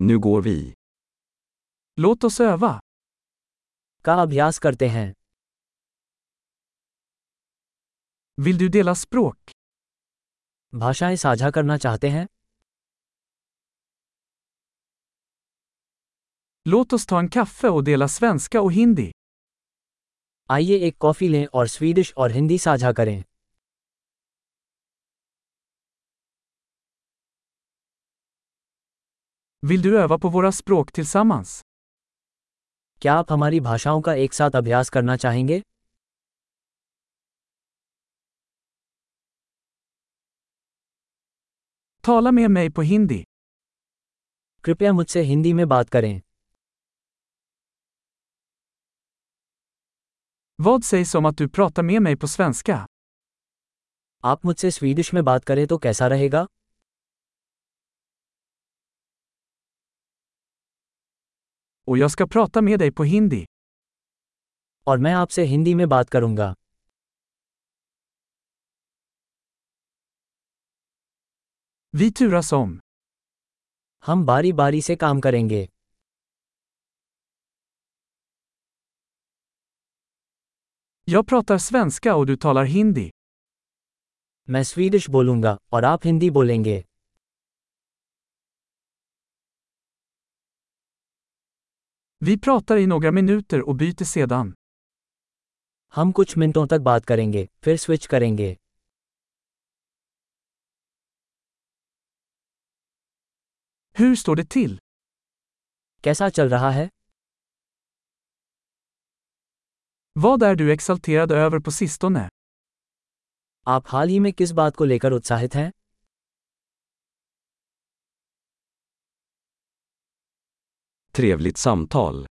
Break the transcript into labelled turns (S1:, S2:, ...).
S1: Nu går vi.
S2: Låt oss öva.
S3: का अभ्यास करते हैं
S2: Vill du dela språk?
S3: भाषाएं साझा करना चाहते हैं
S2: Låt oss ta en kaffe och dela svenska och hindi.
S3: आइए एक कॉफ़ी लें और स्वीडिश और हिंदी साझा करें
S2: Vill du öva på våra språk tillsammans?
S3: क्या आप हमारी भाषाओं का एक साथ अभ्यास करना चाहेंगे
S2: Tala med mig på hindi.
S3: कृपया मुझसे हिंदी में बात करें
S2: Vad sägs om att du pratar med mig på svenska?
S3: आप मुझसे स्वीडिश में बात करें तो कैसा रहेगा
S2: Och jag ska prata med dig på hindi.
S3: और मैं आपसे हिंदी में बात करूंगा
S2: Vi turas om.
S3: हम बारी बारी से काम करेंगे
S2: Jag pratar svenska och du talar hindi.
S3: मैं स्वीडिश बोलूंगा और आप हिंदी बोलेंगे
S2: Vi pratar i några minuter och byter sedan.
S3: हम कुछ मिनटों तक बात करेंगे फिर स्विच करेंगे
S2: Hur står det till?
S3: कैसा चल रहा है
S2: Vad är du exalterad över på sistone?
S3: आप हाल ही में किस बात को लेकर उत्साहित हैं
S1: Trevligt samtal.